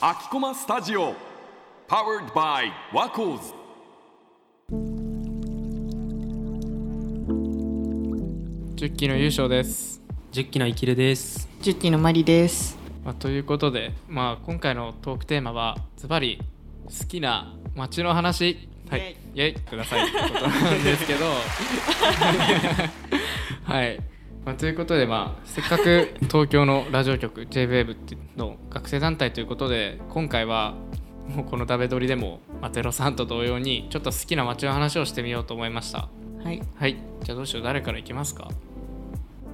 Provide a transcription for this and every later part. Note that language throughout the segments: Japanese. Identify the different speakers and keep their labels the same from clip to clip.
Speaker 1: 秋駒スタジオ Powered by ワコーズ
Speaker 2: 10期の優勝です、
Speaker 3: 10期の生きるです
Speaker 4: ジュッティのマリです。
Speaker 2: まあ、ということで、まあ、今回のトークテーマはズバリ好きな街の話はいイエイくださいってことなんです けどはい、まあ、ということで、まあ、せっかく東京のラジオ局 JWAVE っていうの学生団体ということで今回はもうこの「ダベドリ」でも、まあ、03と同様にちょっと好きな街の話をしてみようと思いました
Speaker 4: はい。
Speaker 2: はいじゃあどうしよう誰からいきますか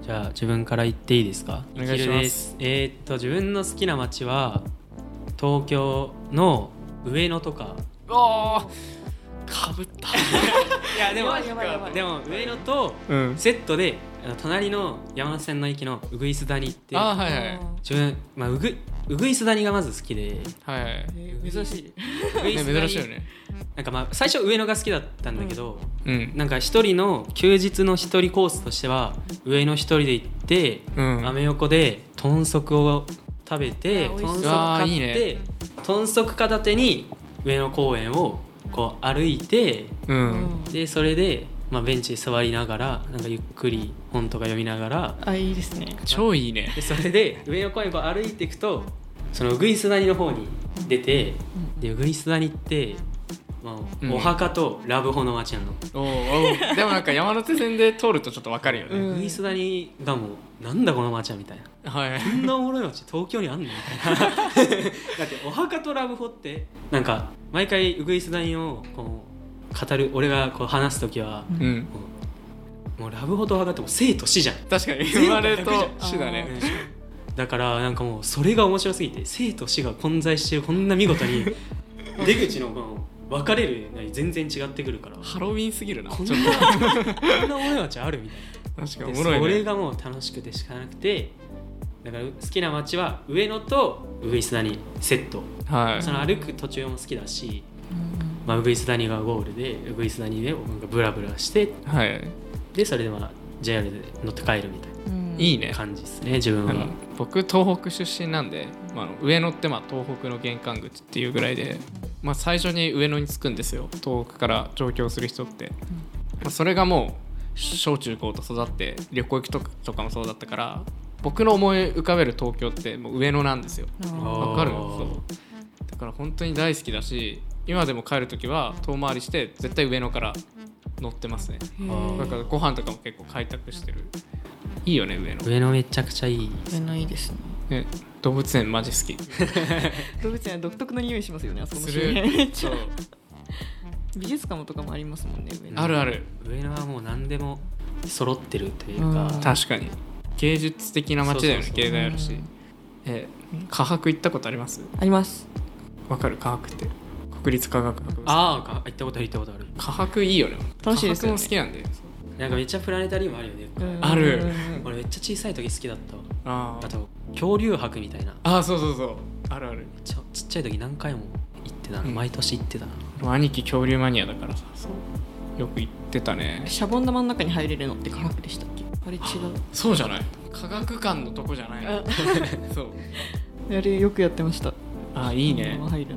Speaker 3: じゃあ自分から言っていいですか
Speaker 2: お願いします
Speaker 3: 生きるですえーっと自分の好きな街は東京の上野とか
Speaker 2: おーかぶった
Speaker 3: いやでも
Speaker 4: やばいやばいやばい
Speaker 3: でも上野と
Speaker 2: うん
Speaker 3: セットであの隣の山手線の駅のうぐいす谷って
Speaker 2: あーはいはい
Speaker 3: 自分、まあ、うぐうぐいす谷がまず好きで
Speaker 2: はいはい
Speaker 3: 珍しい。うぐい
Speaker 2: ね、
Speaker 3: す谷
Speaker 2: 珍しいよね。
Speaker 3: なんかまあ最初上野が好きだったんだけど、
Speaker 2: うん。
Speaker 3: なんか一人の休日の一人コースとしては上野一人で行って
Speaker 2: うん。
Speaker 3: アメ横で豚足を食べて
Speaker 4: あ美味し
Speaker 3: 豚
Speaker 4: そう
Speaker 3: 足
Speaker 2: あー
Speaker 3: 買
Speaker 2: いいね
Speaker 3: って豚足片手に上野公園をこう歩いて
Speaker 2: う。
Speaker 4: うんん。
Speaker 3: でそれで、まあ、ベンチに座りながらなんかゆっくり本とか読みながら
Speaker 4: あ、いいですね。
Speaker 2: 超いいね。
Speaker 3: でそれで上野公園をこう歩いていくとそのうぐいす谷の方に出てでうぐいす谷って、まあ
Speaker 2: うん
Speaker 3: お墓とラブホの街なの。
Speaker 2: おうお うでもなんか山手線で通るとちょっとわかるよ
Speaker 3: う
Speaker 2: ね。
Speaker 3: ぐいす谷がもうなんだこの街はみたいな
Speaker 2: はい。
Speaker 3: こんなおもろい街東京にあんのみたいなだってお墓とラブホってなんか毎回うぐいす谷をこう語る俺がこう話す時は
Speaker 2: うん。
Speaker 3: もうもうラブホとお墓ってもう生と死じゃん
Speaker 2: 確かに
Speaker 3: 全
Speaker 2: 生
Speaker 3: 部
Speaker 2: まれ
Speaker 3: 逆じゃ
Speaker 2: と
Speaker 3: ん
Speaker 2: 死だね。
Speaker 3: だからなんかもうそれが面白すぎて生と死が混在してるこんな見事に出口のこの分かれるのに全然違ってくるから
Speaker 2: ハロウィンすぎるな。ちょ
Speaker 3: こ
Speaker 2: っ
Speaker 3: ん
Speaker 2: と
Speaker 3: なこんなおもろい街あるみたいな。
Speaker 2: 確か
Speaker 3: で
Speaker 2: におもろい
Speaker 3: それ
Speaker 2: ね。
Speaker 3: がもう楽しくてしかなくてだから好きな街は上野とウイス谷セット
Speaker 2: はい
Speaker 3: そ。の歩く途中も好きだし、まあ、ウイス谷がゴールでウイス谷でなんかブラブラして
Speaker 2: はい。
Speaker 3: でそれでまあ JR で乗って帰るみたい
Speaker 4: うん
Speaker 2: いい
Speaker 4: い。
Speaker 2: ね
Speaker 3: な。感じですね自分
Speaker 2: あ
Speaker 3: は
Speaker 2: の僕東北出身なんで、まああの、上野ってまあ東北の玄関口っていうぐらいで、まあ、最初に上野に着くんですよ東北から上京する人って、まあ、それがもう小中高と育って旅行行くととかもそうだったから僕の思い浮かべる東京ってもう上野なんですよ
Speaker 4: あ
Speaker 3: あー
Speaker 2: わかるそうだから本当に大好きだし今でも帰る時は遠回りして絶対上野から乗ってますね
Speaker 4: ーへ
Speaker 3: あ
Speaker 4: ー
Speaker 2: だからご飯とかも結構開拓してるいいよね上野、
Speaker 3: 上野めちゃくちゃいい
Speaker 4: 上野いいですね。
Speaker 2: ね、動物園マジ好き
Speaker 4: 動物園は独特の匂いしますよね。あそこの
Speaker 2: す
Speaker 4: 周辺
Speaker 2: る そう
Speaker 4: 美術館とかもありますもんね。上野
Speaker 2: あるある
Speaker 3: 上野はもう何でも揃ってるというか
Speaker 4: うん
Speaker 2: 確かに芸術的な街だよね
Speaker 3: そうそうそ
Speaker 2: 芸
Speaker 3: う
Speaker 2: 大あるしえ科博行ったことあります
Speaker 4: あります。
Speaker 2: わかる科博って国立科学博物館
Speaker 3: ああ行ったことある行ったことある
Speaker 2: 科博いいよね
Speaker 4: 楽しいですよね
Speaker 2: 科博も好きなんで
Speaker 3: なんかめっちゃプラネタリウムあるよね
Speaker 4: うん
Speaker 2: ある
Speaker 4: うん
Speaker 3: 俺めっちゃ小さい時好きだったわ
Speaker 2: あ
Speaker 3: あ
Speaker 2: ー
Speaker 3: と恐竜博みたいな
Speaker 2: あーそうそうそうあるある
Speaker 3: ちょちっちゃい時何回も行ってたな、
Speaker 2: うん
Speaker 3: 毎年行ってたな
Speaker 2: 兄貴恐竜マニアだからさそうよく行ってたね
Speaker 4: シャボン玉の中に入れるのって科学でしたっけ？あれ違う。
Speaker 2: そうじゃない科学館のとこじゃない
Speaker 4: あ
Speaker 2: そう
Speaker 4: あれよくやってました。
Speaker 2: あーいいね
Speaker 4: 入る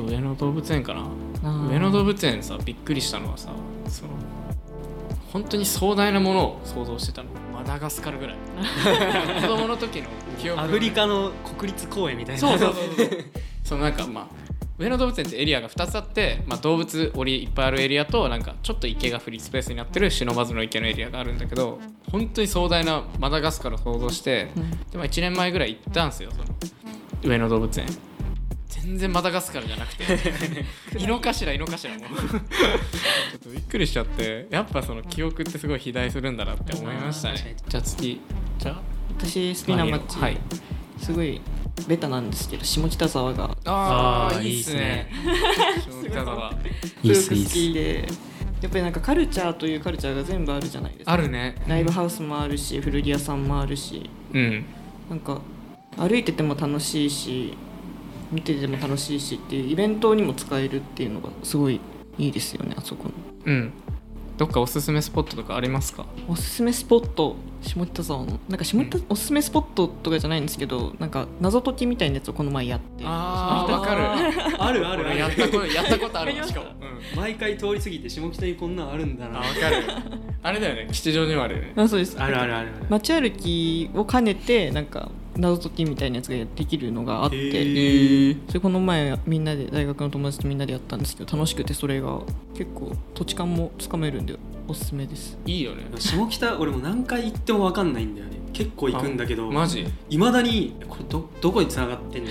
Speaker 4: の
Speaker 2: 上野動物園かな
Speaker 4: あー
Speaker 2: 上野動物園さびっくりしたのはさその本当に壮大なものを想像してたのマダガスカルぐ らい子供の時の記憶
Speaker 3: アフリカの国立公園みたい な
Speaker 2: そうそうそうそうそのなんかまあ上野動物園ってエリアが2つあって、まあ、動物檻いっぱいあるエリアとなんかちょっと池がフリースペースになってる不忍ずの池のエリアがあるんだけど本当に壮大なマダガスカルを想像して
Speaker 4: うん
Speaker 2: でも1年前ぐらい行ったんですよその上野動物園全然マダガスカルじゃなくて井の頭井の頭もうちょっとびっくりしちゃってやっぱその記憶ってすごい肥大するんだなって思いました
Speaker 3: あー確
Speaker 2: ね
Speaker 3: か
Speaker 2: じゃあ次じゃあ
Speaker 4: 私好きな街、
Speaker 2: はい
Speaker 4: すごいベタなんですけど下北沢が
Speaker 2: あ
Speaker 3: あー
Speaker 2: あいいっすね下北沢
Speaker 3: いいっ
Speaker 4: す
Speaker 3: す
Speaker 4: ごく
Speaker 3: いい
Speaker 4: 好
Speaker 3: っす
Speaker 4: きでやっぱりなんかカルチャーというカルチャーが全部あるじゃないです か
Speaker 2: あるね
Speaker 4: ライブハウスもあるし古着屋さんもあるし
Speaker 2: うん
Speaker 4: なんか歩いてても楽しいし見てても楽しいしっていうイベントにも使えるっていうのがすごいいいですよねあそこの
Speaker 2: うんどっかおすすめスポットとかありますか
Speaker 4: おすすめスポット下北沢のなんか下北おすすめスポットとかじゃないんですけどなんか謎解きみたいなやつをこの前やって
Speaker 2: あーわかる
Speaker 3: あるあるあ
Speaker 2: 俺
Speaker 3: る
Speaker 2: やったこと やったことあるわしかも、
Speaker 3: 毎回通り過ぎて下北にこんなんあるんだな
Speaker 2: あわかるあれだよね吉祥寺もあるよね
Speaker 4: あそうです
Speaker 3: あるあるあるある
Speaker 4: 街歩きを兼ねてなんか謎解きみたいなやつができるのがあって
Speaker 3: へ
Speaker 2: え
Speaker 4: それこの前みんなで大学の友達とみんなでやったんですけど楽しくてそれが結構土地勘もつかめるんでおすすめです
Speaker 2: いいよね
Speaker 3: 下北俺も何回行っても分かんないんだよね結構行くんだけど
Speaker 2: マジ
Speaker 3: いまだにこれどどこに繋がってんの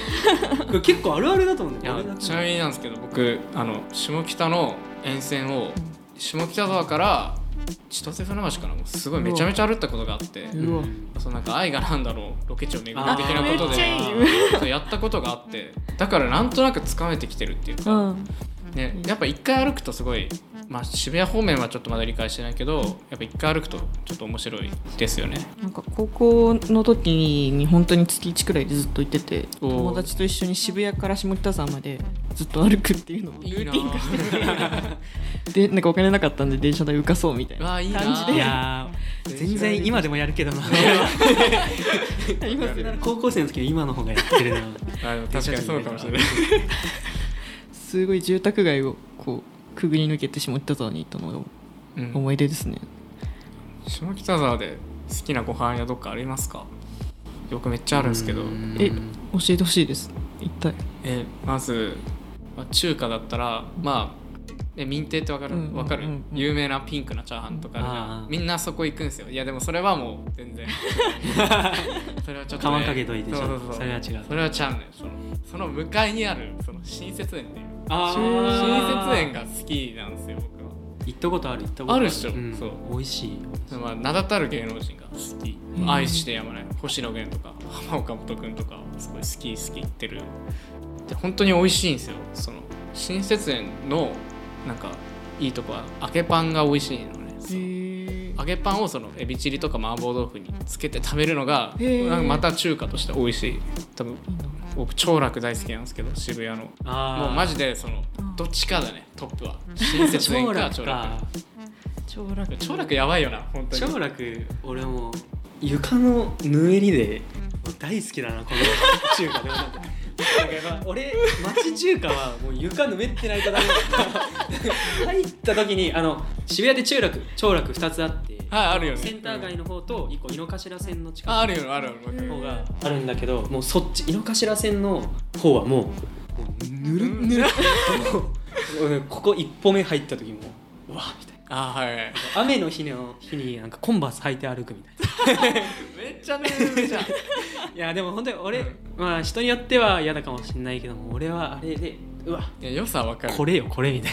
Speaker 3: これ結構あるあるだと思うん
Speaker 2: い
Speaker 3: だよ
Speaker 2: や
Speaker 3: 俺なんか
Speaker 2: ちなみになんですけど僕あの下北の沿線を下北沢から千歳船橋かなもうすごいめちゃめちゃ歩ったことがあって
Speaker 4: うわ
Speaker 2: そうなんか愛がなんだろうロケ地を巡る
Speaker 3: あー
Speaker 2: 的なこと
Speaker 4: めっちゃいい
Speaker 2: でそうやったことがあってだからなんとなくつかめてきてるっていう
Speaker 4: う
Speaker 2: か、
Speaker 4: ん
Speaker 2: ね、やっぱ一回歩くとすごい、まあ、渋谷方面はちょっとまだ理解してないけどやっぱ一回歩くとちょっと面白いですよね
Speaker 4: なんか高校の時に本当に月1くらいでずっと行ってて
Speaker 2: おー
Speaker 4: 友達と一緒に渋谷から下北沢までずっと歩くっていうのを
Speaker 2: いいな
Speaker 4: でなんかお金なかったんで電車代浮かそうみたいな
Speaker 2: あいいな
Speaker 4: 感じで
Speaker 3: いやー全然今でもやるけどな
Speaker 4: ありますよね
Speaker 3: 高校生の時は今の方がやってるな
Speaker 2: あでも確かにそうかもしれない
Speaker 4: すごい住宅街をこうくぐり抜けて下北沢に行ったのが
Speaker 2: うん
Speaker 4: 思い出ですね、
Speaker 2: 下北沢で好きなご飯屋どっかありますか僕めっちゃあるんですけど
Speaker 3: うん
Speaker 4: え教えてほしいです一体
Speaker 2: えまず、まあ、中華だったらまあえ民亭ってわかる
Speaker 4: うん
Speaker 2: わかる、
Speaker 4: うんうん
Speaker 2: 有名なピンクなチャーハンとかあるじゃん
Speaker 3: あー
Speaker 2: みんなそこ行くんですよいやでもそれはもう全 然それはちょっと、
Speaker 3: かまんかけといて
Speaker 2: そうそうそう
Speaker 3: それは違う
Speaker 2: それはちゃうねそのその向かいにあるその新設園っていう
Speaker 3: あ
Speaker 2: 新設園
Speaker 3: が
Speaker 2: が好きなんですよ僕は
Speaker 3: 行ったことある行ったこと
Speaker 2: あるっしょそう
Speaker 3: 美味しい
Speaker 2: まあ、名だたる芸能人が好き
Speaker 4: ん
Speaker 2: 愛してやまない星野源とか浜岡本君とかすごい好き好き言ってるで本当に美味しいんですよその新設園のなんかいいとこは揚げパンが美味しいのねそう揚げパンをそのエビチリとか麻婆豆腐につけて食べるのが
Speaker 4: へー
Speaker 2: なんかまた中華として美味しい多分僕長楽大好きなんですけど渋谷のも
Speaker 3: あー
Speaker 2: うマジでそのどっちかだねトップは新設園
Speaker 3: 長
Speaker 2: か
Speaker 3: 楽
Speaker 2: 長楽
Speaker 3: か
Speaker 4: 超楽
Speaker 2: 長楽やばいよな本当に
Speaker 3: 長楽俺も床のぬえりでもう大好きだなこの 中華でもなんかなんかや っぱ俺町中華はもう床ぬめってないとダメだ入った時にあの渋谷で中楽長楽2つあって
Speaker 2: はいあるよね
Speaker 3: センター街の方と1個井の頭線の近く
Speaker 2: ああるよあるよわかる
Speaker 3: 方があるんだけどもうそっち井の頭線の方はもうもうぬるぬるもうもう ここ一歩目入った時もううわみたいな
Speaker 2: あーはい
Speaker 3: 雨の日の日になんかコンバース履いて歩くみたい
Speaker 2: めっちゃねじゃん
Speaker 3: ないやでも本当に俺、
Speaker 2: うん
Speaker 3: まあ人によっては嫌だかもしれないけども俺はあれでうわ
Speaker 2: いや良さわかる
Speaker 3: これよこれみたい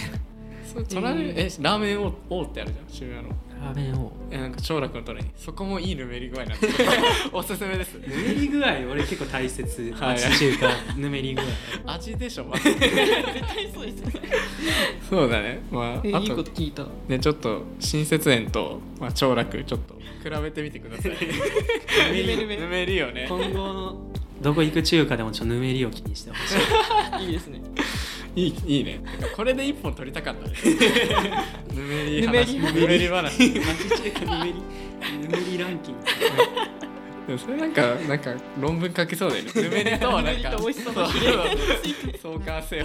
Speaker 2: それ隣えラーメン王王ってあるじゃん渋谷の
Speaker 3: なラーメンを
Speaker 2: えなんか長楽の隣にそこもいいぬめり具合なんで おすすめです
Speaker 3: ぬめり具合俺結構大切
Speaker 2: はい
Speaker 3: 町中華ぬめり具合
Speaker 2: 味でしょ、まあ
Speaker 4: 絶対そうですね
Speaker 2: そうだねまああ
Speaker 4: えいいことと聞いた
Speaker 2: ねちょっと新設園と、まあ、長楽ちょっと比べてみてくださいぬめりぬめりよね
Speaker 3: 今後のどこ行く中華でもちょっとぬめりを気にしてほしい
Speaker 4: いいですね
Speaker 2: いいいいねなんかこれで一本取りたかったね ぬめり
Speaker 4: ぬめ
Speaker 2: 話
Speaker 4: り
Speaker 2: ぬめり話
Speaker 3: 町中華ぬめりぬめりランキング
Speaker 2: でもそれなんか、なんか論文書きそうだよね。ぬめりとはなんか。
Speaker 4: ぬめりと美味しそうな
Speaker 2: そうそうそう相関性を。